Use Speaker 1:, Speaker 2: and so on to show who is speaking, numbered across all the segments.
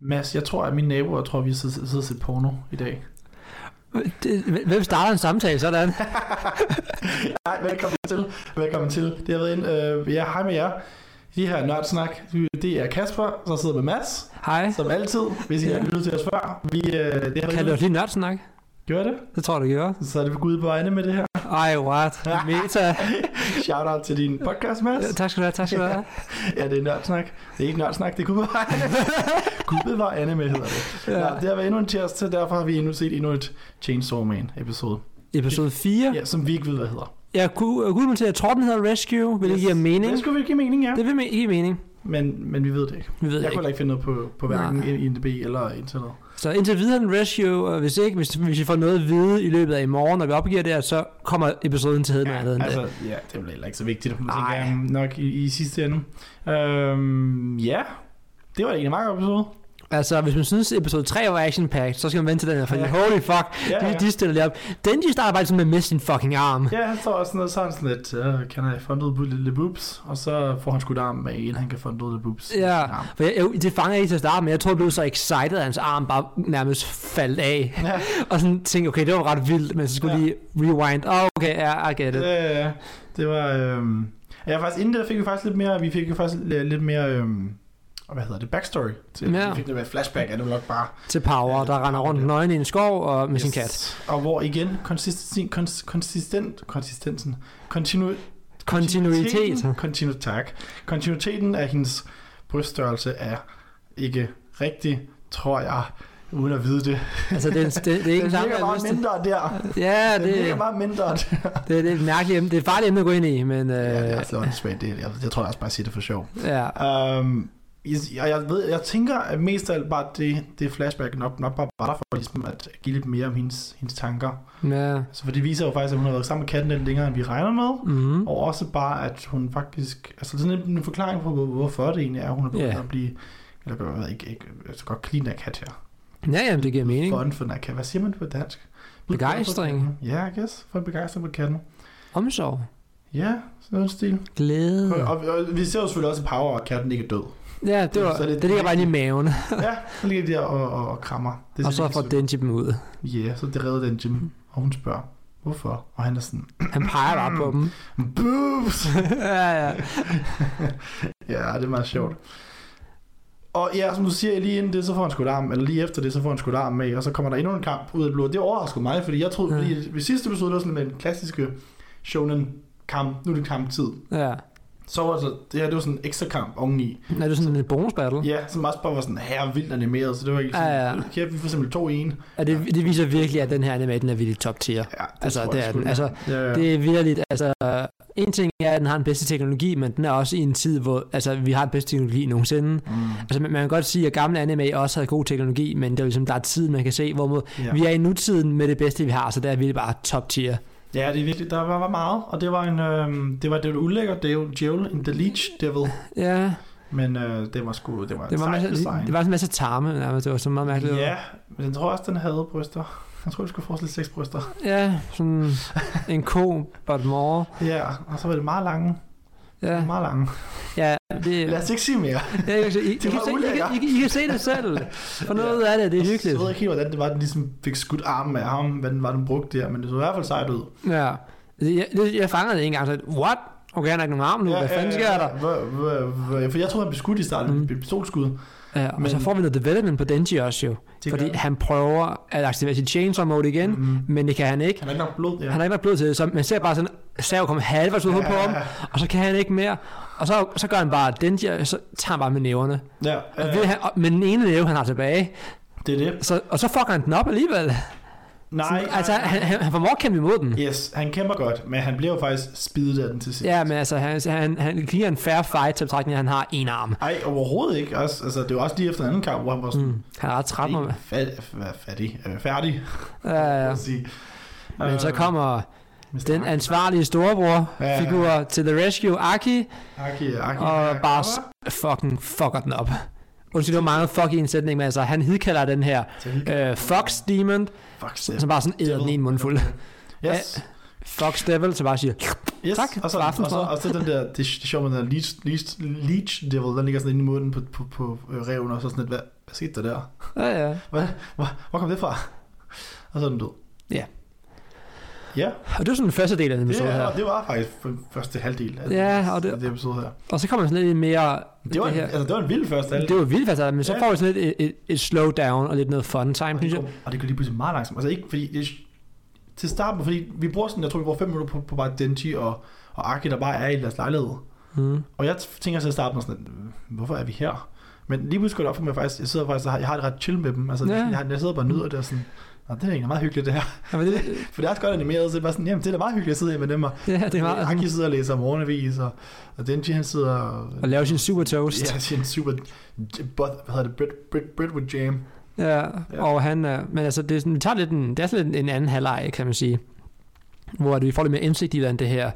Speaker 1: Mads, jeg tror, at mine naboer tror, vi har siddet siddet og set porno i dag.
Speaker 2: Det- Hvem starter en samtale sådan?
Speaker 1: Nej, velkommen til. Velkommen til. Det har været en, øh, ja, hej med jer. Det her nørdsnak, det er Kasper, som sidder med Mads,
Speaker 2: Hej.
Speaker 1: som altid, hvis I
Speaker 2: Ja.
Speaker 1: har lyttet til os før. Vi, øh, det har
Speaker 2: Kan du
Speaker 1: ikke
Speaker 2: lige nørdsnak?
Speaker 1: gjort det,
Speaker 2: Det tror jeg, du gør.
Speaker 1: så er det Gud på egne med det her.
Speaker 2: Ej, what? Meta.
Speaker 1: Shout out til din podcast,
Speaker 2: Ja,
Speaker 1: Mads.
Speaker 2: tak skal du have, tak skal du have.
Speaker 1: Ja, det er nørdsnak. Det er ikke nørdsnak, det er Gud på egne. Gud på egne med hedder det. Ja.
Speaker 2: Ja.
Speaker 1: Nå, det har været endnu en tirsdag, derfor har vi endnu set endnu et Chainsaw Man episode.
Speaker 2: Episode 4.
Speaker 1: Ja, som vi ikke ved, hvad hedder.
Speaker 2: Jeg kunne øh, kunne til, at Torben hedder Rescue, vil det give mening.
Speaker 1: Det skulle vi give mening, ja.
Speaker 2: Det vil me- give mening.
Speaker 1: Men, men vi ved det ikke.
Speaker 2: Vi ved
Speaker 1: Jeg
Speaker 2: jeg
Speaker 1: kunne
Speaker 2: ikke.
Speaker 1: heller ikke finde noget på, på hverken E
Speaker 2: Nej.
Speaker 1: INDB eller internet.
Speaker 2: Så indtil videre er den Rescue, og hvis ikke, hvis, hvis vi får noget at vide i løbet af i morgen, når vi opgiver det her, så kommer episoden til at hedde noget andet end det.
Speaker 1: altså, ja, det er vel heller ikke så vigtigt, tænker
Speaker 2: Nej.
Speaker 1: jeg nok i, i sidste ende. Øhm, ja, det var egentlig en meget god episode.
Speaker 2: Altså, hvis man synes, episode 3 var action packed, så skal man vente til den her, fordi
Speaker 1: Ja.
Speaker 2: holy fuck,
Speaker 1: Ja,
Speaker 2: de,
Speaker 1: ja.
Speaker 2: de stiller det op. Denji starter bare sådan med at miste sin fucking arm.
Speaker 1: ja han står også sådan noget, så er han sådan lidt, uh, kan jeg fundet ud lille boobs? Og så får han skudt arm med en, han kan fundet ud af boobs. med
Speaker 2: Ja.
Speaker 1: sin arm.
Speaker 2: For jeg, jeg, det fanger jeg ikke til at starte, men jeg tror, jeg blev så excited, at hans arm bare nærmest faldt af.
Speaker 1: Ja,
Speaker 2: Og sådan tænkte, okay, det var ret vildt, men så skulle
Speaker 1: Ja.
Speaker 2: ja. lige rewind. Åh, oh, okay, ja, I get it.
Speaker 1: det, øh, det var... Øhm, ja, faktisk inden det fik vi faktisk lidt mere, vi fik jo faktisk lidt lidt mere, øhm, hvad hedder det, backstory til,
Speaker 2: Ja.
Speaker 1: vi fik det med flashback, er det jo nok bare
Speaker 2: Til Power,
Speaker 1: Ja,
Speaker 2: der render rundt
Speaker 1: ja.
Speaker 2: nøgen i en skov og med yes. sin kat.
Speaker 1: Og hvor igen, konsistensen, kons, konsistent, konsistensen, kontinu,
Speaker 2: Kontinuitet.
Speaker 1: Kontinu, tak. Kontinuiteten af hendes bryststørrelse er ikke rigtig, tror jeg, uden at vide det.
Speaker 2: altså, det, er en- det, det er ikke
Speaker 1: Den
Speaker 2: en samme,
Speaker 1: ligger
Speaker 2: jeg
Speaker 1: meget
Speaker 2: vidste.
Speaker 1: mindre der.
Speaker 2: Ja,
Speaker 1: Den
Speaker 2: det,
Speaker 1: ligger meget mindre der.
Speaker 2: det, det, er et mærkeligt emne. Det er et farligt emne at gå ind i, men... Øh,
Speaker 1: Ja, det er
Speaker 2: ja,
Speaker 1: altså åndssvagt. Det, jeg, jeg tror jeg også bare, jeg siger det for sjov.
Speaker 2: ja.
Speaker 1: Um, jeg, jeg, ved, jeg tænker, at mest af alt bare det, det flashback nok, nok bare var der for ligesom at give lidt mere om hendes, hendes tanker.
Speaker 2: ja.
Speaker 1: Så for det viser jo faktisk, at hun har været sammen med katten lidt længere, end vi regner med.
Speaker 2: Mm-hmm.
Speaker 1: Og også bare, at hun faktisk... Altså sådan en, en forklaring på, hvor- hvorfor det egentlig er, at hun er begyndt
Speaker 2: Ja.
Speaker 1: at blive... Eller gør, jeg ved ikke, ikke altså godt clean af kat her.
Speaker 2: Ja, jamen, det giver mening.
Speaker 1: For en for kat. Hvad siger man på dansk?
Speaker 2: Begejstring.
Speaker 1: For katten. Ja, yeah, yes. For en begejstring på katten.
Speaker 2: Omsorg.
Speaker 1: Ja, sådan en stil.
Speaker 2: Glæde.
Speaker 1: Og, og, og, vi ser jo selvfølgelig også i Power, at katten ikke er død.
Speaker 2: Ja, det, var,
Speaker 1: Så er det-
Speaker 2: det, ligger bare inde i maven.
Speaker 1: ja, så ligger de der og, og, og krammer. Det
Speaker 2: Og så får Denji dem ud.
Speaker 1: Ja, yeah, så det redder den Jim. Og hun spørger, hvorfor? Og han er sådan,
Speaker 2: Han peger bare
Speaker 1: Mm.
Speaker 2: på dem.
Speaker 1: boobs!
Speaker 2: ja, ja.
Speaker 1: Ja, det er meget sjovt. Og ja, som du siger, lige inden det, så får han skudt arm, eller lige efter det, så får han skudt arm med, og så kommer der endnu en kamp ud af det blå. Det overraskede mig, fordi jeg troede,
Speaker 2: Ja.
Speaker 1: ja. fordi ved sidste episode, der var sådan med den klassiske shonen kamp, nu er det kamptid.
Speaker 2: Ja.
Speaker 1: Så var det, det her, det var sådan en ekstra kamp oveni.
Speaker 2: Er det sådan en bonus battle? Ja.
Speaker 1: Ja, som også bare var sådan her vildt animeret, så det var ikke sådan,
Speaker 2: Ja, ja.
Speaker 1: kæft, vi får simpelthen to i en. Ja,
Speaker 2: Og det, det viser virkelig, at den her anime, den er virkelig top tier. Altså,
Speaker 1: tror
Speaker 2: det
Speaker 1: jeg
Speaker 2: er
Speaker 1: sgu,
Speaker 2: den.
Speaker 1: ja.
Speaker 2: Altså,
Speaker 1: ja, ja.
Speaker 2: Det er virkelig, altså, en ting er, at den har den bedste teknologi, men den er også i en tid, hvor altså, vi har den bedste teknologi nogensinde.
Speaker 1: Mm,
Speaker 2: Altså, man, man kan godt sige, at gamle anime også havde god teknologi, men det er jo ligesom, der er tid, man kan se, hvor
Speaker 1: ja.
Speaker 2: vi er i nutiden med det bedste, vi har, så der er vi bare top tier.
Speaker 1: ja, det er virkelig, der var, var meget, og det var en, øh, det var det var ulækkert, det er jo Joel in the Leech Devil,
Speaker 2: Ja,
Speaker 1: men øh, det var sgu, det var,
Speaker 2: det var,
Speaker 1: sejt
Speaker 2: masser,
Speaker 1: design.
Speaker 2: det var sådan en masse tarme, nærmest. det var så meget mærkeligt.
Speaker 1: Ja, men jeg tror også, den havde bryster. Jeg tror, du skulle forestille seks bryster.
Speaker 2: ja sådan en ko, but more.
Speaker 1: Ja, og så var det meget lange.
Speaker 2: Ja,
Speaker 1: Meget lange.
Speaker 2: ja det,
Speaker 1: Lad os ikke sige mere.
Speaker 2: Ja, I, I, I, I,
Speaker 1: Det
Speaker 2: kan
Speaker 1: var
Speaker 2: se, I,
Speaker 1: ulækkert.
Speaker 2: kan- I, kan- I kan se det selv. For noget
Speaker 1: Ja.
Speaker 2: ud af det, det er
Speaker 1: Jeg ved
Speaker 2: hyggeligt.
Speaker 1: ikke helt, hvordan det var, den ligesom fik skudt armen af ham, hvad den var, den brugte der, men det så i hvert fald sejt ud.
Speaker 2: Ja. Det- Jeg, det- jeg fangede det en gang, så what? Okay, han har ikke nogen arm nu, hvad fanden sker der?
Speaker 1: hva- hva- hva- For jeg tror, han blev skudt i starten med
Speaker 2: Mm.
Speaker 1: mm. pistolskud.
Speaker 2: Ja, og
Speaker 1: Men-
Speaker 2: så får vi noget development på Denji også jo.
Speaker 1: Det
Speaker 2: Fordi
Speaker 1: gør-
Speaker 2: han prøver at aktivere sit chainsaw mode igen,
Speaker 1: Mm.
Speaker 2: men det kan han ikke.
Speaker 1: Han er ikke nok blod, ja.
Speaker 2: Han har ikke nok blod til det, så man ser bare sådan, Sav kommer halvvejs ud
Speaker 1: ja,
Speaker 2: ja. på ham, og så kan han ikke mere. Og så, så gør han bare Denji, og så tager han bare med næverne.
Speaker 1: Ja,
Speaker 2: Og
Speaker 1: ja,
Speaker 2: ved
Speaker 1: ja,
Speaker 2: han, og, men den ene næve, han har tilbage,
Speaker 1: det er det.
Speaker 2: så, og så fucker han den op alligevel.
Speaker 1: Nej,
Speaker 2: sådan, altså,
Speaker 1: nej.
Speaker 2: han, han, han formår at kæmpe imod den.
Speaker 1: Yes, han kæmper godt, men han bliver jo faktisk spidet af den til sidst.
Speaker 2: Ja, men altså, han, han, han giver en fair fight til betragtning, at han har en arm.
Speaker 1: Ej, overhovedet ikke. Også, altså, det var også lige efter en anden kamp, hvor han var sådan,
Speaker 2: Mm. Han er ret træt med mig.
Speaker 1: Fat, fat, fattig, øh, færdig,
Speaker 2: Ja,
Speaker 1: ja.
Speaker 2: ja.
Speaker 1: sige. Øh,
Speaker 2: Men så kommer
Speaker 1: Mr.
Speaker 2: den
Speaker 1: Aki,
Speaker 2: ansvarlige storebror
Speaker 1: Ja.
Speaker 2: figur til The Rescue, Aki,
Speaker 1: Aki, Aki,
Speaker 2: og bare s- fucking fucker den op. Undskyld, det var meget fuck i en sætning, men altså, han hidkalder den her øh, Fox Demon,
Speaker 1: Fuck, det.
Speaker 2: som bare sådan æder den en mundfuld.
Speaker 1: Yes,
Speaker 2: Fox Devil, så bare siger,
Speaker 1: yes.
Speaker 2: tak,
Speaker 1: og så,
Speaker 2: for
Speaker 1: og så,
Speaker 2: aftensmad.
Speaker 1: og så den der, det, det er sjovt med den der leech, leech, leech devil, den ligger sådan inde i munden på, på, på øh, reven, og så sådan lidt, hvad, hvad hvad skete der der?
Speaker 2: Ja, ja.
Speaker 1: Hvad, hvor, hvor kom det fra? Og så er den død.
Speaker 2: Ja.
Speaker 1: Ja,
Speaker 2: Og det var sådan den første del af den
Speaker 1: det,
Speaker 2: episode her.
Speaker 1: og det var faktisk f- første halvdel af
Speaker 2: Ja, og det-
Speaker 1: af det episode her.
Speaker 2: Og så kommer der sådan lidt mere...
Speaker 1: Det var, det
Speaker 2: her.
Speaker 1: altså, det var en vild første halvdel.
Speaker 2: Det var vildt faktisk, men så
Speaker 1: Ja.
Speaker 2: får vi sådan lidt et, et, et slowdown og lidt noget fun time,
Speaker 1: Og
Speaker 2: synes
Speaker 1: det,
Speaker 2: jeg.
Speaker 1: går, og det går lige pludselig meget langsomt. Altså ikke fordi... Det, til starten, fordi vi bruger sådan, jeg tror, vi bruger 5 minutter på, på bare Denji og, og Aki, der bare er i deres lejlighed.
Speaker 2: Mm.
Speaker 1: Og jeg tænker til at starte med sådan, "Øh, hvorfor er vi her? Men lige pludselig går det op for mig faktisk, jeg sidder faktisk, og har- jeg har det ret chill med dem. Altså,
Speaker 2: Ja.
Speaker 1: ja. jeg, jeg sidder bare og nyder det og sådan, Nå, det er egentlig meget hyggeligt det her.
Speaker 2: Ja, men det,
Speaker 1: For det er også godt animeret, så det er bare sådan, jamen det er da meget hyggeligt at sidde her med dem. Og
Speaker 2: ja, det er meget...
Speaker 1: Aki sidder og læser morgenavis, og, og Denji han sidder og...
Speaker 2: Og lave sin super toast.
Speaker 1: Ja, sin super... But, hvad hedder det? Bread, bread, breadwood jam.
Speaker 2: Ja,
Speaker 1: Ja.
Speaker 2: og han er, men altså, det er, sådan, vi tager lidt en, det er sådan lidt en anden halvleg, kan man sige, hvor at vi får lidt mere indsigt i, hvordan det her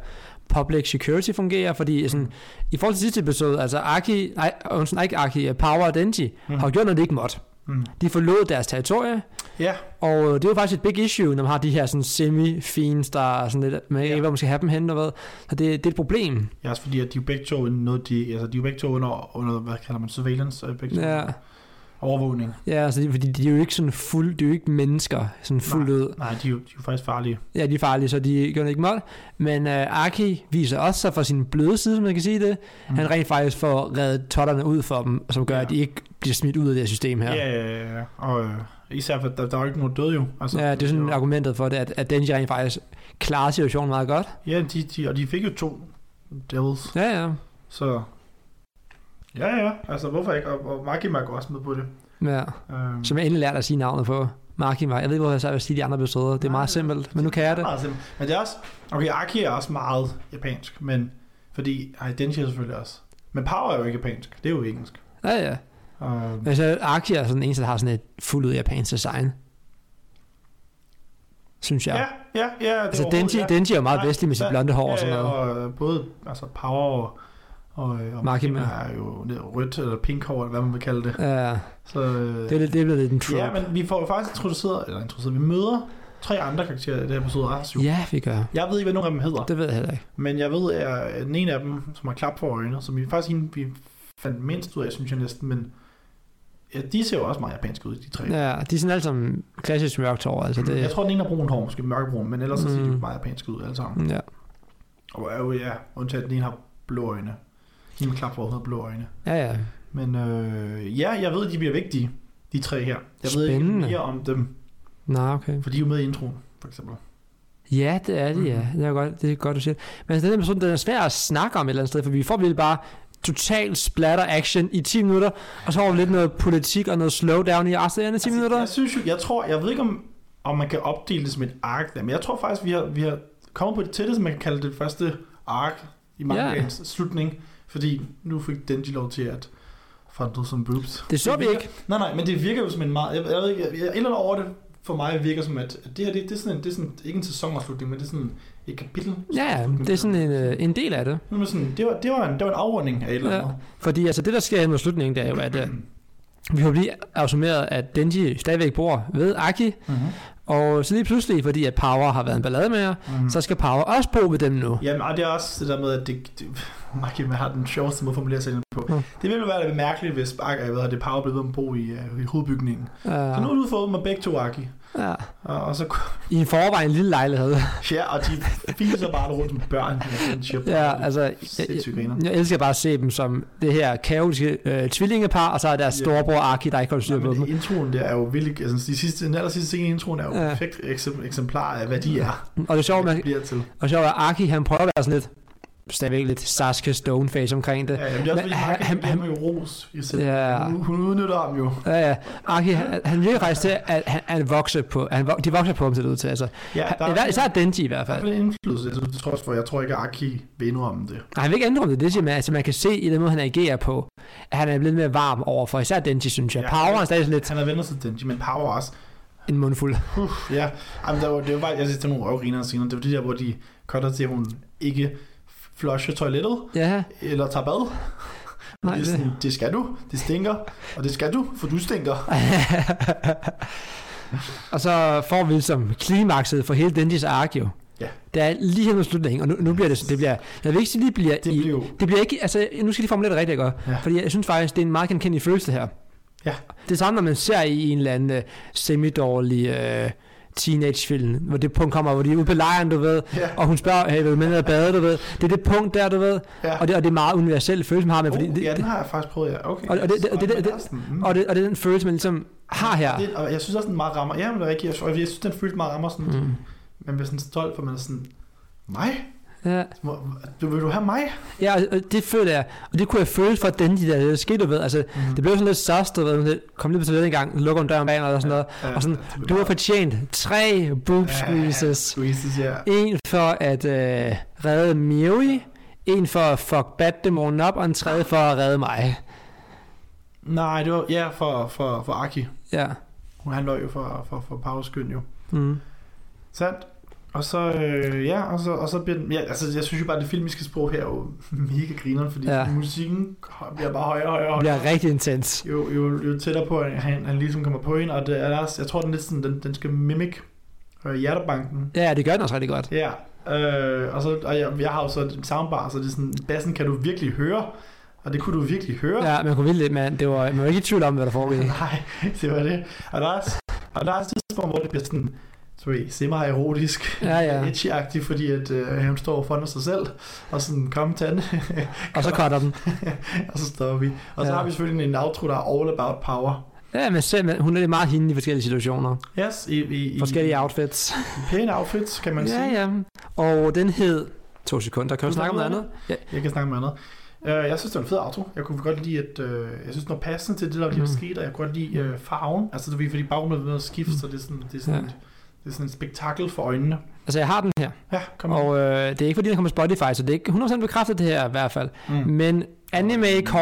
Speaker 2: public security fungerer, fordi sådan, i forhold til sidste episode, altså Aki, nej, undskyld, ikke Aki, øh, Power og Denji, mm. har jo gjort noget, de ikke måtte.
Speaker 1: Mm.
Speaker 2: De forlod deres territorie,
Speaker 1: Ja,
Speaker 2: og øh, det er jo faktisk et big issue, når man har de her sådan semi-fiends, der er sådan lidt, man ikke
Speaker 1: Ja.
Speaker 2: ved, hvor man skal have dem hen, og hvad. Så det, det er et problem.
Speaker 1: ja også fordi, at de er jo begge to under noget, de, altså, de er jo begge to under, under hvad kalder man, surveillance, og begge to
Speaker 2: Ja,
Speaker 1: overvågning.
Speaker 2: ja altså, det- fordi de er jo ikke sådan fuld, de er jo ikke mennesker, sådan fuldt ud.
Speaker 1: Nej, de er jo, de er jo faktisk farlige.
Speaker 2: Ja, de er farlige, så de gør ikke mål. Men øh, Aki viser også sig fra sin bløde side, som man kan sige det. Mm. Han rent faktisk får reddet totterne ud for dem, som gør, ja.
Speaker 1: Ja.
Speaker 2: at de ikke bliver smidt ud af det her system her.
Speaker 1: Ja, ja, ja, ja. Og øh, især, for der, der er jo ikke nogen døde jo. Altså,
Speaker 2: ja, det er sådan
Speaker 1: jo-
Speaker 2: argumentet for det, at, at Denji rent faktisk klarer situationen meget godt.
Speaker 1: Ja, de, de, og de fik jo to devils,
Speaker 2: Ja, ja.
Speaker 1: så... Ja, ja, altså hvorfor ikke? Og, og Makima går også med på det.
Speaker 2: ja.
Speaker 1: Øhm,
Speaker 2: Som jeg endelig lærte at sige navnet på. Markim var. Jeg ved ikke, hvorfor jeg så vil sige de andre episoder. Det er
Speaker 1: Nej,
Speaker 2: meget simpelt, men nu kan jeg det.
Speaker 1: Meget simpelt. Men det er også... Okay, Aki er også meget japansk, men... Fordi... Ej, Denji er selvfølgelig også. Men Power er jo ikke japansk. Det er jo engelsk.
Speaker 2: Ja, ja.
Speaker 1: Øhm,
Speaker 2: Men så Aki er sådan den eneste, der har sådan et fuldt ud japansk design. Synes jeg.
Speaker 1: ja, ja, ja. det er
Speaker 2: altså
Speaker 1: overhovedet-
Speaker 2: Denji, Denji er jo meget
Speaker 1: Nej,
Speaker 2: vestlig med sit
Speaker 1: ja,
Speaker 2: blonde hår og sådan
Speaker 1: ja,
Speaker 2: noget.
Speaker 1: og øh, både altså Power og, og, øh, og
Speaker 2: Makima.
Speaker 1: Makima er jo det rødt eller pink hår, eller hvad man vil kalde det.
Speaker 2: Ja,
Speaker 1: Så, øh,
Speaker 2: det er lidt, det er blevet lidt en trope.
Speaker 1: ja, men vi får jo faktisk introduceret, eller introduceret, vi møder tre andre karakterer i det her episode. Ah, syv.
Speaker 2: ja, vi gør.
Speaker 1: Jeg ved ikke, hvad nogen af dem hedder,
Speaker 2: Det ved jeg heller ikke.
Speaker 1: men jeg ved, at den ene af dem, som har klap for øjnene, som vi faktisk hende, vi fandt mindst ud af, synes jeg næsten, men ja, de ser jo også meget japanske ud, de tre.
Speaker 2: Ja, de er sådan alle sammen klassisk mørkt hår, altså det...
Speaker 1: Mm, Jeg tror, den ene har brun hår, måske mørkebrun, men ellers så ser de
Speaker 2: Mm.
Speaker 1: meget japanske ud alle sammen.
Speaker 2: Ja.
Speaker 1: Og er jo, ja, undtagen den ene har blå øjne. Hende klap for har blå øjne.
Speaker 2: Ja, ja.
Speaker 1: Men øh, ja, jeg ved, at de bliver vigtige, de tre her. Jeg ved ikke
Speaker 2: Spændende.
Speaker 1: mere om dem,
Speaker 2: Nå, okay.
Speaker 1: for de er jo med i introen, for eksempel.
Speaker 2: Ja, det er det, ja.
Speaker 1: Mm.
Speaker 2: Det er godt, det er godt du siger. det. Men altså, den her person, den er svær at snakke om et eller andet sted, for vi får virkelig bare total splatter action i 10 minutter, og så har vi lidt noget politik og noget slowdown i resten af de andre 10 minutter.
Speaker 1: Altså, Jeg synes jo, jeg tror, jeg ved ikke, om, om man kan opdele det som et ark, der, men jeg tror faktisk, vi har, vi har kommet på det tætteste, man kan kalde det første ark i
Speaker 2: Ja.
Speaker 1: mangaens slutning, fordi nu fik Denji lov til at fandre som boobs.
Speaker 2: Det så vi
Speaker 1: virker-
Speaker 2: ikke.
Speaker 1: Nej, nej, men det virker jo som en meget... Jeg, jeg ved ikke, jeg, jeg, et eller andet over det for mig virker som, at at det her, det, det er sådan, en, det er sådan ikke en sæsonafslutning, men det er sådan et kapitel.
Speaker 2: Ja, ja, det er sådan en, øh, en del af det.
Speaker 1: Nu er det sådan, det var, det var, en, det var en afrunding af et eller
Speaker 2: Ja.
Speaker 1: andet.
Speaker 2: Fordi altså, det der sker hen mod slutningen, det er jo, at øh, vi har lige afsummeret, at Denji stadigvæk bor ved Aki,
Speaker 1: Mm-hmm.
Speaker 2: Og så lige pludselig, fordi at Power har været en ballade med jer,
Speaker 1: Mm.
Speaker 2: så skal Power også bo ved dem nu.
Speaker 1: Jamen, og det er også det der med, at det, det Mark Hjelmer har den sjoveste måde at formulere sig på.
Speaker 2: Mm.
Speaker 1: Det ville jo være lidt mærkeligt, hvis Ak, jeg ved, at det power blev ved med at bo i, øh, i hovedbygningen.
Speaker 2: Ja.
Speaker 1: Så nu har du fået med begge to, Aki.
Speaker 2: ja.
Speaker 1: Og, og, så,
Speaker 2: I en forvejen lille lejlighed.
Speaker 1: ja, og de fiser bare rundt som børn. med den chip.
Speaker 2: ja, altså,
Speaker 1: Sindssygt
Speaker 2: jeg,
Speaker 1: griner.
Speaker 2: jeg, elsker bare at se dem som det her kaotiske øh, tvillingepar, og så er deres
Speaker 1: Ja.
Speaker 2: storebror Aki, der ikke holder styr
Speaker 1: Nej,
Speaker 2: på
Speaker 1: men
Speaker 2: dem.
Speaker 1: introen der er jo vildt, altså de sidste, den aller sidste scene i introen er jo
Speaker 2: Ja.
Speaker 1: ja. perfekt eksem- eksemplar af, hvad de er.
Speaker 2: Og det er sjovt,
Speaker 1: hvad
Speaker 2: man,
Speaker 1: de bliver til.
Speaker 2: og sjovt, at Aki, han prøver at være sådan lidt, stadigvæk lidt Sasuke Stoneface omkring det.
Speaker 1: Ja, jamen, det er
Speaker 2: Men
Speaker 1: også fordi,
Speaker 2: han-
Speaker 1: Mark,
Speaker 2: han-
Speaker 1: han, han, jo ros i sit.
Speaker 2: Ja.
Speaker 1: Hun, hun, udnytter ham jo.
Speaker 2: Ja, ja. Aki, han, han virker faktisk til, at han, han vokser på, han, vok- de vokser på ham, ser det ud til. Altså,
Speaker 1: Ja, der
Speaker 2: ja,
Speaker 1: er,
Speaker 2: især Denji i hvert
Speaker 1: der
Speaker 2: fald.
Speaker 1: er en indflydelse, altså, det tror jeg, for jeg tror ikke, at Aki vil indrømme det.
Speaker 2: Nej, han vil ikke ændre det, det siger man, altså man kan se i den måde, han agerer på, at han er blevet mere varm over for især Denji, synes jeg. Ja,
Speaker 1: Ja.
Speaker 2: Power er stadig sådan lidt
Speaker 1: Han har vendt sig til Denji, men Power også.
Speaker 2: en mundfuld.
Speaker 1: Uff, ja, Jamen, der var, det var bare, jeg synes, det var nogle røvgriner senere. Det var det der, hvor de cutter til, at hun ikke flusher toilettet,
Speaker 2: Ja,
Speaker 1: eller tager bad.
Speaker 2: nej,
Speaker 1: det, er
Speaker 2: det.
Speaker 1: sådan, det skal du, det stinker, og det skal du, for du stinker.
Speaker 2: og så får vi som klimakset for hele Denjis ark jo.
Speaker 1: Ja.
Speaker 2: Det er lige her mod slutningen, og nu, nu bliver det, det bliver, jeg vil ikke sige, det bliver,
Speaker 1: Det
Speaker 2: i,
Speaker 1: blev jo...
Speaker 2: det bliver ikke, altså nu skal de formulere det rigtigt godt,
Speaker 1: Ja.
Speaker 2: fordi jeg synes faktisk, det er en meget genkendelig følelse her.
Speaker 1: Ja.
Speaker 2: Det samme, når man ser i en eller anden øh, semi-dårlig øh, teenagefilm, hvor det punkt kommer, hvor de er ude på lejren, du ved,
Speaker 1: Ja.
Speaker 2: og hun spørger, hey, vil du med ned og bade, du ved. Det er det punkt der, du ved,
Speaker 1: ja.
Speaker 2: og det, og det er meget universel følelse, man har med,
Speaker 1: Uh,
Speaker 2: fordi det,
Speaker 1: ja, den
Speaker 2: det,
Speaker 1: har jeg faktisk prøvet, ja. Okay.
Speaker 2: Og- og det- det- og det- det-
Speaker 1: Andersen, mm.
Speaker 2: og, det, og det er den følelse, man ligesom har her.
Speaker 1: det, og jeg synes også, den meget rammer. Ja, men det er rigtigt. Jeg, synes- jeg synes, den føles meget rammer sådan. Mm.
Speaker 2: Mm.
Speaker 1: Man bliver sådan stolt, for man er sådan, mig?
Speaker 2: Ja.
Speaker 1: Hvor- Du, vil du have mig?
Speaker 2: ja, og- og det føler jeg, og det kunne jeg føle for den, de der, der skete, du ved, altså,
Speaker 1: Mm.
Speaker 2: det blev sådan lidt sørst, du ved, lidt- kom lige på toilettet en gang, lukker om døren bag eller sådan noget, og sådan, du har fortjent tre boob squeezes.
Speaker 1: Squeezes, ja.
Speaker 2: En for at øh, redde Miri, en for at fuck Batdæmonen op, og en tredje for at redde mig.
Speaker 1: Nej, det var, ja, for, for, for Aki.
Speaker 2: Ja.
Speaker 1: Hun han løg jo for, for, for Powerskynd jo.
Speaker 2: Mm.
Speaker 1: Sandt. Og så, øh, ja, og så, og så bliver den, ja, altså jeg synes jo bare, at det filmiske sprog her er jo mega grineren, fordi
Speaker 2: Ja.
Speaker 1: ja. musikken bliver bare højere og højere. og
Speaker 2: Det
Speaker 1: højere.
Speaker 2: bliver rigtig intens.
Speaker 1: Jo, jo, jo tættere på, at han, han ligesom kommer på hende, og det er også, jeg tror, den, lidt sådan, den, den skal mimic øh, hjertebanken.
Speaker 2: Ja, det gør den også rigtig godt.
Speaker 1: Ja, øh, og, så, og jeg, jeg har jo så en soundbar, så det er sådan, bassen kan du virkelig høre, og det kunne du virkelig høre.
Speaker 2: Ja, man kunne vildt lidt, man. Det var, man var ikke i tvivl om, hvad der foregik.
Speaker 1: Nej, det var det. Og der er, og der er et tidspunkt, hvor det bliver sådan, sorry, semi-erotisk,
Speaker 2: Ja, ja.
Speaker 1: edgy-agtigt, fordi at, øh, han står foran sig selv, og sådan, kom tand,
Speaker 2: Og så cutter den.
Speaker 1: og så stopper vi. Og så
Speaker 2: Ja.
Speaker 1: har vi selvfølgelig en outro, der er all about power.
Speaker 2: Ja, men selv, hun er lidt meget hende i forskellige situationer.
Speaker 1: Yes, i, i, i
Speaker 2: Forskellige outfits.
Speaker 1: pæne outfits, kan man
Speaker 2: Ja,
Speaker 1: sige.
Speaker 2: ja. Og den hed... To sekunder, kan du snakke om noget andet? Ja.
Speaker 1: Jeg kan snakke med andet. Uh, jeg synes, det var en fed auto. Jeg kunne godt lide, at uh, jeg synes, den var passende til det, der lige var
Speaker 2: Mm.
Speaker 1: sket, og jeg kunne godt lide uh, farven. Altså, det er fordi baggrunden er ved at skifte, så det er sådan, det er sådan,
Speaker 2: Ja.
Speaker 1: ja. det er sådan et spektakel for øjnene.
Speaker 2: Altså, jeg har den her.
Speaker 1: Ja, kom
Speaker 2: Og øh, det er ikke, fordi den kommer på Spotify, så det er ikke 100% bekræftet det her i hvert fald.
Speaker 1: Mm.
Speaker 2: Men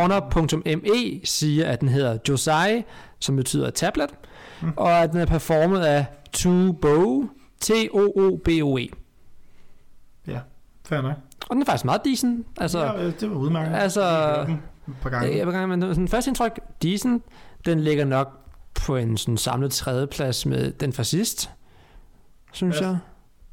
Speaker 2: animecorner.me siger, at den hedder Josai, som betyder tablet,
Speaker 1: Mm.
Speaker 2: og at den er performet af Tubo, T-O-O-B-O-E.
Speaker 1: Fair nok.
Speaker 2: E. Og den er faktisk meget decent. Altså,
Speaker 1: Så,
Speaker 2: ja,
Speaker 1: ja, øh, det var udmærket.
Speaker 2: altså-
Speaker 1: Jeg har hørt dem et par gange.
Speaker 2: Øh, jeg vil gerne, men sådan første indtryk, decent, den ligger nok på en sådan samlet tredjeplads med den fra sidst, synes
Speaker 1: Ja.
Speaker 2: jeg,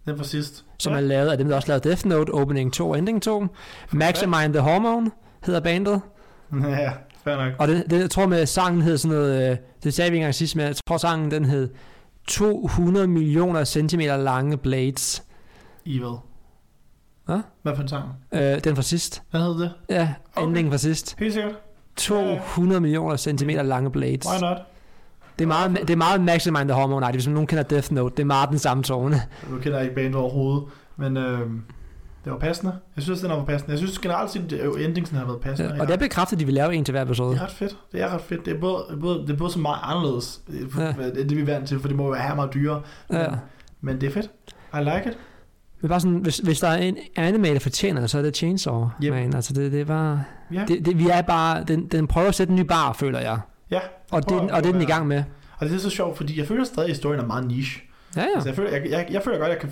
Speaker 1: Den var sidst.
Speaker 2: som
Speaker 1: ja.
Speaker 2: er lavet af dem, der også lavede Death Note, Opening 2 og Ending 2. Maximine the Hormone hedder bandet.
Speaker 1: ja, fair nok.
Speaker 2: Og det, det, jeg tror med sangen hed sådan noget, øh, det sagde vi engang sidst, men jeg tror sangen den hed 200 millioner centimeter lange blades.
Speaker 1: Evil.
Speaker 2: Hva?
Speaker 1: Hvad for en sang?
Speaker 2: Øh, den fra sidst.
Speaker 1: Hvad hed det?
Speaker 2: Ja,
Speaker 1: Okay.
Speaker 2: okay. endingen fra sidst.
Speaker 1: Helt sikkert.
Speaker 2: 200 millioner centimeter lange blades.
Speaker 1: Why not?
Speaker 2: Det er meget, det er meget Maximine the Hormone Night, hvis nogen kender Death Note. Det er meget den samme tone.
Speaker 1: Nu kender jeg ikke bandet overhovedet, men øhm, det var passende. Jeg synes, den var passende. Jeg synes generelt set, at endingsen har været passende.
Speaker 2: Ja, og der bekræfter, at de vil lave en til hver episode.
Speaker 1: Det er ret fedt. Det er ret fedt. Det er både, både, det er både så meget anderledes,
Speaker 2: Ja.
Speaker 1: ja. det vi er vant til, for det må jo være her meget dyrere.
Speaker 2: Ja.
Speaker 1: Men det er fedt. I like it.
Speaker 2: Men bare sådan, hvis, hvis der er en anime, der fortjener det, så er det Chainsaw
Speaker 1: Yep.
Speaker 2: Man. Altså, det, det er bare...
Speaker 1: Ja.
Speaker 2: Det, det, vi er bare... Den, den prøver at sætte en ny bar, føler jeg.
Speaker 1: Ja,
Speaker 2: Og det,
Speaker 1: prøver
Speaker 2: og det er den i
Speaker 1: at være-
Speaker 2: gang med.
Speaker 1: Og det er så sjovt, fordi jeg føler stadig, at historien er meget niche.
Speaker 2: Ja, ja.
Speaker 1: Altså, jeg, føler, jeg, jeg, jeg føler godt, at jeg kan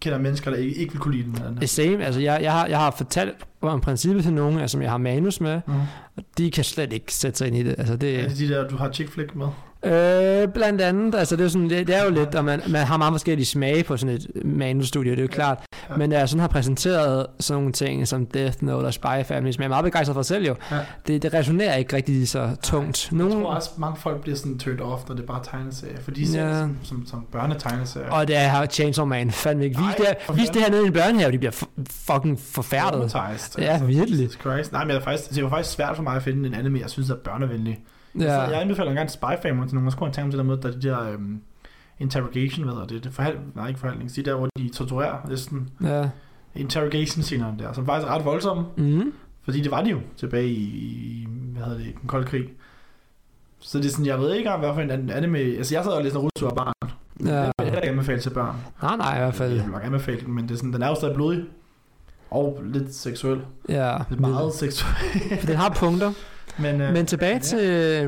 Speaker 1: kender mennesker, der ikke, ikke vil kunne lide den. den
Speaker 2: Det
Speaker 1: her.
Speaker 2: same, altså jeg, jeg, har, jeg har fortalt om princippet til nogen, altså, som jeg har manus med,
Speaker 1: Mhm.
Speaker 2: og de kan slet ikke sætte sig ind i det. Altså det,
Speaker 1: Er det de der, du har chick flick med?
Speaker 2: øh, blandt andet, altså det er, sådan, det, det er jo lidt, og man, man har meget forskellige smage på sådan et manusstudie, det er jo
Speaker 1: Ja,
Speaker 2: klart.
Speaker 1: ja.
Speaker 2: Men når jeg sådan har præsenteret sådan nogle ting som Death Note og Spy Family, som jeg er meget begejstret for selv jo,
Speaker 1: Ja.
Speaker 2: det, det resonerer ikke rigtig så tungt.
Speaker 1: Jeg
Speaker 2: Nogen,
Speaker 1: tror også, mange folk bliver sådan turned off, når det er bare tegneserier. For de ser
Speaker 2: Ja.
Speaker 1: ja. som, som, som børnetegneserier.
Speaker 2: og det er her Chainsaw Man fandme ikke. Vis,
Speaker 1: Nej,
Speaker 2: det,
Speaker 1: for
Speaker 2: her, vis det her nede i en børnehave, de bliver f- fucking forfærdet.
Speaker 1: Traumatized, altså.
Speaker 2: Ja, virkelig.
Speaker 1: Jesus Christ. Nej, men jeg er faktisk, det var faktisk svært for mig at finde en anime, jeg synes er børnevenlig. Ja.
Speaker 2: Ja.
Speaker 1: Så Altså, jeg anbefaler engang Spy Family til nogen, og så kunne jeg tænke om det der med, der er de der øhm, interrogation, hvad hedder det, det er forhal, nej ikke forhandling, de der, hvor de torturerer, det er sådan
Speaker 2: ja.
Speaker 1: interrogation scenerne der, som faktisk er ret voldsomme,
Speaker 2: Mm.
Speaker 1: fordi det var de jo tilbage i, i hvad hedder det, den kolde krig. Så det er sådan, jeg ved ikke engang, hvad for en anden anime, altså jeg sad og læste Naruto af barn, ja.
Speaker 2: Ja.
Speaker 1: jeg vil heller ikke anbefale til børn,
Speaker 2: Nej, nej, i hvert fald.
Speaker 1: jeg vil nok anbefale den, men det er sådan, den er jo stadig blodig, og lidt seksuel,
Speaker 2: Ja.
Speaker 1: lidt meget seksuel,
Speaker 2: For den har punkter.
Speaker 1: men, øh,
Speaker 2: Men tilbage
Speaker 1: ja.
Speaker 2: til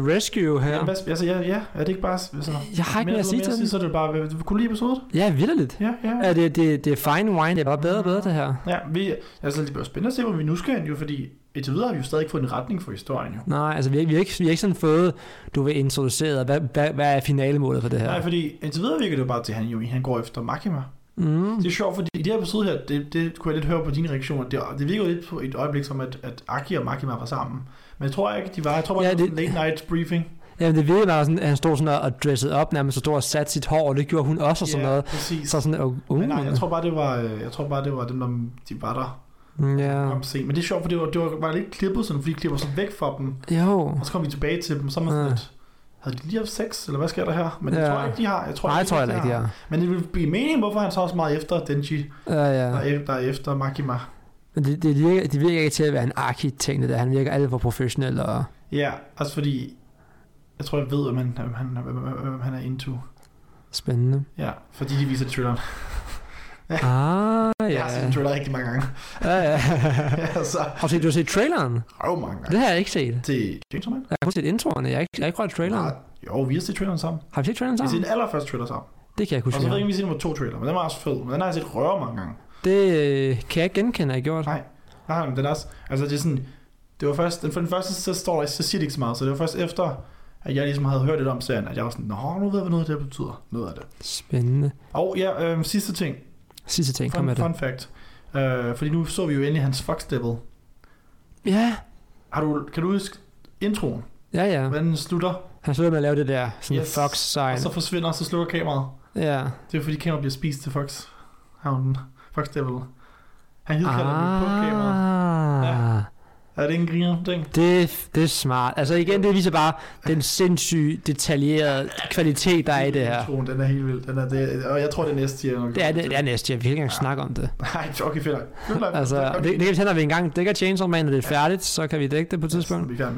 Speaker 2: Rescue her.
Speaker 1: Ja. Hvad, altså, ja, ja, er det ikke bare... Altså,
Speaker 2: Jeg har ikke mere at sige til den.
Speaker 1: Så er det bare, hvad- du kunne lide episodet?
Speaker 2: Ja, vildt.
Speaker 1: Ja, ja.
Speaker 2: Ja, det, det, det er fine wine. Det er bare bedre og bedre, det her.
Speaker 1: Ja, vi, altså, det bliver spændende at se, hvor vi nu skal hen, jo, fordi indtil videre har vi jo stadig ikke fået en retning for historien, jo.
Speaker 2: Nej, altså vi har, vi har, ikke, vi har ikke sådan fået, du vil introduceret, hvad, hvad, hvad er finalemålet for det
Speaker 1: Ja.
Speaker 2: her?
Speaker 1: Nej, fordi indtil videre virker det jo bare til, at han jo han går efter Makima.
Speaker 2: Mm.
Speaker 1: Det er sjovt, fordi i det her episode her, det, det kunne jeg lidt høre på dine reaktioner, det, det virker jo lidt på et øjeblik som, at, at Aki og Makima var sammen. Men jeg tror ikke, de var. Jeg tror bare,
Speaker 2: Ja,
Speaker 1: ja, det var
Speaker 2: det-
Speaker 1: sådan en late night briefing.
Speaker 2: Jamen det virkede meget sådan, at han stod sådan og- og dressede op nærmest så stod og satte sit hår, og det gjorde hun også og sådan noget.
Speaker 1: præcis.
Speaker 2: Så sådan, oh, uh,
Speaker 1: Men nej, jeg tror bare, det var, øh, jeg tror bare, det var dem, der de var der.
Speaker 2: Mm, ja.
Speaker 1: Kom sent. Men det er sjovt, for det var, det var, var lidt klippet, sådan, fordi de klipper sig væk fra dem.
Speaker 2: Jo.
Speaker 1: Og så kom vi tilbage til dem, så er man
Speaker 2: Ja.
Speaker 1: sådan lidt, havde de lige haft sex, eller hvad sker der her? Men det
Speaker 2: Ja.
Speaker 1: tror jeg ikke, de har. Jeg tror,
Speaker 2: Nej, jeg tror heller ikke, det er.
Speaker 1: Men det ville blive mening, hvorfor han så også meget efter Denji,
Speaker 2: Ja,
Speaker 1: ja.
Speaker 2: ja.
Speaker 1: der er efter Makima.
Speaker 2: Men det, det, virker, det virker ikke til at være en arkitekt, det der. Han virker alt for professionel. Og...
Speaker 1: Ja, også fordi, jeg tror, jeg ved, hvem han, hvem han, hvem, hvem, hvem han er into.
Speaker 2: Spændende.
Speaker 1: Ja, fordi de viser traileren.
Speaker 2: Ah,
Speaker 1: Jeg
Speaker 2: ja.
Speaker 1: har set den trailer rigtig mange gange.
Speaker 2: ja, ja.
Speaker 1: ja, så
Speaker 2: Har du set, du har set traileren?
Speaker 1: røv mange gange.
Speaker 2: Det har jeg ikke set.
Speaker 1: Til Chainsaw Man?
Speaker 2: Jeg har kun set introerne. Jeg har ikke, jeg har ikke rørt traileren.
Speaker 1: Nej, Jo, vi har set traileren sammen.
Speaker 2: Har vi set traileren
Speaker 1: Vi har set
Speaker 2: sammen?
Speaker 1: den allerførste trailer sammen.
Speaker 2: Det kan jeg ikke
Speaker 1: Og så
Speaker 2: huske.
Speaker 1: ved jeg
Speaker 2: vi har.
Speaker 1: ikke, om vi har set nummer to trailer, men den var også fed. Men den har jeg set røre mange gange.
Speaker 2: Det øh, kan jeg ikke genkende, at jeg gjorde.
Speaker 1: Nej, nej, men den er også... Altså, det er sådan... Det var først... Den, for den første, så står der, så siger det ikke så meget. Så det var først efter, at jeg ligesom havde hørt lidt om serien, at jeg var sådan, nå, nu ved jeg, hvad noget af det her betyder. Noget af det.
Speaker 2: Spændende.
Speaker 1: Og ja, øh, sidste ting.
Speaker 2: Sidste ting, kom med
Speaker 1: Fun,
Speaker 2: det.
Speaker 1: fun fact. Øh, fordi nu så vi jo endelig hans Fox Devil.
Speaker 2: Ja,
Speaker 1: Har du, kan du huske introen?
Speaker 2: ja, ja.
Speaker 1: Hvordan den slutter,
Speaker 2: Han slutter med at lave det der sådan
Speaker 1: Yes.
Speaker 2: yes. fox
Speaker 1: og
Speaker 2: sign.
Speaker 1: så forsvinder, og så slukker kameraet.
Speaker 2: Ja.
Speaker 1: Det er fordi kameraet bliver spist til Fox. Havnen. Fox Devil. Han hedkalder ah. på kameraet.
Speaker 2: Ah.
Speaker 1: Er det ikke en griner ting?
Speaker 2: Det, det er smart. Altså igen, det viser bare den sindssygt detaljerede kvalitet, der er i det her.
Speaker 1: Introen, den er helt vild. Den er, det, og jeg tror, det er næste, jeg nok.
Speaker 2: Det er, det, det er næste, jeg vil ikke engang
Speaker 1: Ja.
Speaker 2: snakke om det.
Speaker 1: Nej, okay, fedt nok. Good luck.
Speaker 2: Altså,
Speaker 1: Good luck.
Speaker 2: det, det kan vi tænde, når vi engang dækker Chainsaw Man, og det er færdigt, så kan vi dække det på et
Speaker 1: Vi
Speaker 2: tidspunkt.
Speaker 1: er færdige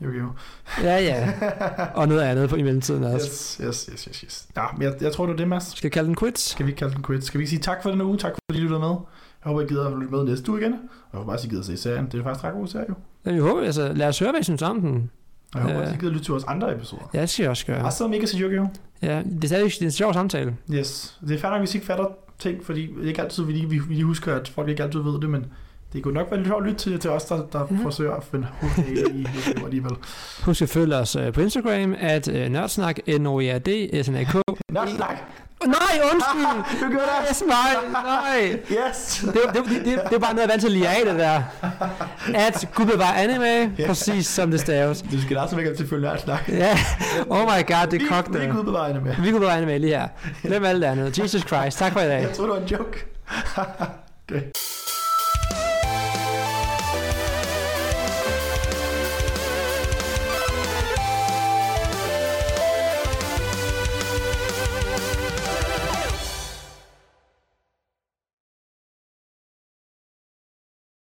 Speaker 1: med Yu-Gi-Oh!
Speaker 2: Ja, ja. Og noget andet på i mellemtiden også.
Speaker 1: yes, yes, yes, yes, yes. Ja, men jeg, jeg tror, det var det, Mads.
Speaker 2: Skal vi kalde den quits?
Speaker 1: Skal vi ikke kalde den quits? Skal vi ikke sige tak for denne uge? Tak fordi I lyttede med. Jeg håber, I gider at lytte med næste uge igen. Og jeg håber også, I gider at se serien. Det er faktisk en ret god serie, jo.
Speaker 2: Ja, vi håber, altså, lad os høre, hvad I synes om den.
Speaker 1: Og jeg håber
Speaker 2: Ja.
Speaker 1: også, I gider at lytte til vores andre episoder.
Speaker 2: Ja, det skal jeg også
Speaker 1: Ja.
Speaker 2: gøre.
Speaker 1: Og selvom I ikke ser Yu-Gi-Oh!
Speaker 2: Ja, det er stadig det er en sjov samtale.
Speaker 1: Yes. Det er fair nok, hvis I ikke fatter ting, fordi det er ikke altid, vi lige, vi, vi lige husker, at folk ikke altid ved det, men det kunne nok være lidt sjovt at lytte til, til os, der, der
Speaker 2: Ja.
Speaker 1: forsøger at finde hovedet i Yu-Gi-Oh! alligevel.
Speaker 2: Husk at følge os øh, på Instagram, at øh, nørdsnak, n o E r d s n a k
Speaker 1: Nå, snak!
Speaker 2: Nej, undskyld!
Speaker 1: Du gjorde det!
Speaker 2: Yes, nej, nej!
Speaker 1: Yes!
Speaker 2: det, det, det, det, det er bare noget, jeg er vant til lige af, det der. At Gud bevarer anime,
Speaker 1: Ja.
Speaker 2: præcis som det staves.
Speaker 1: Du skal da også væk til følge af snak.
Speaker 2: Ja, oh my god, det kogte.
Speaker 1: Vi er ude på vejene med.
Speaker 2: Vi kunne bevare anime lige her. Glem alt det andet. Jesus Christ, tak for i dag.
Speaker 1: Jeg tror, det var en joke. det.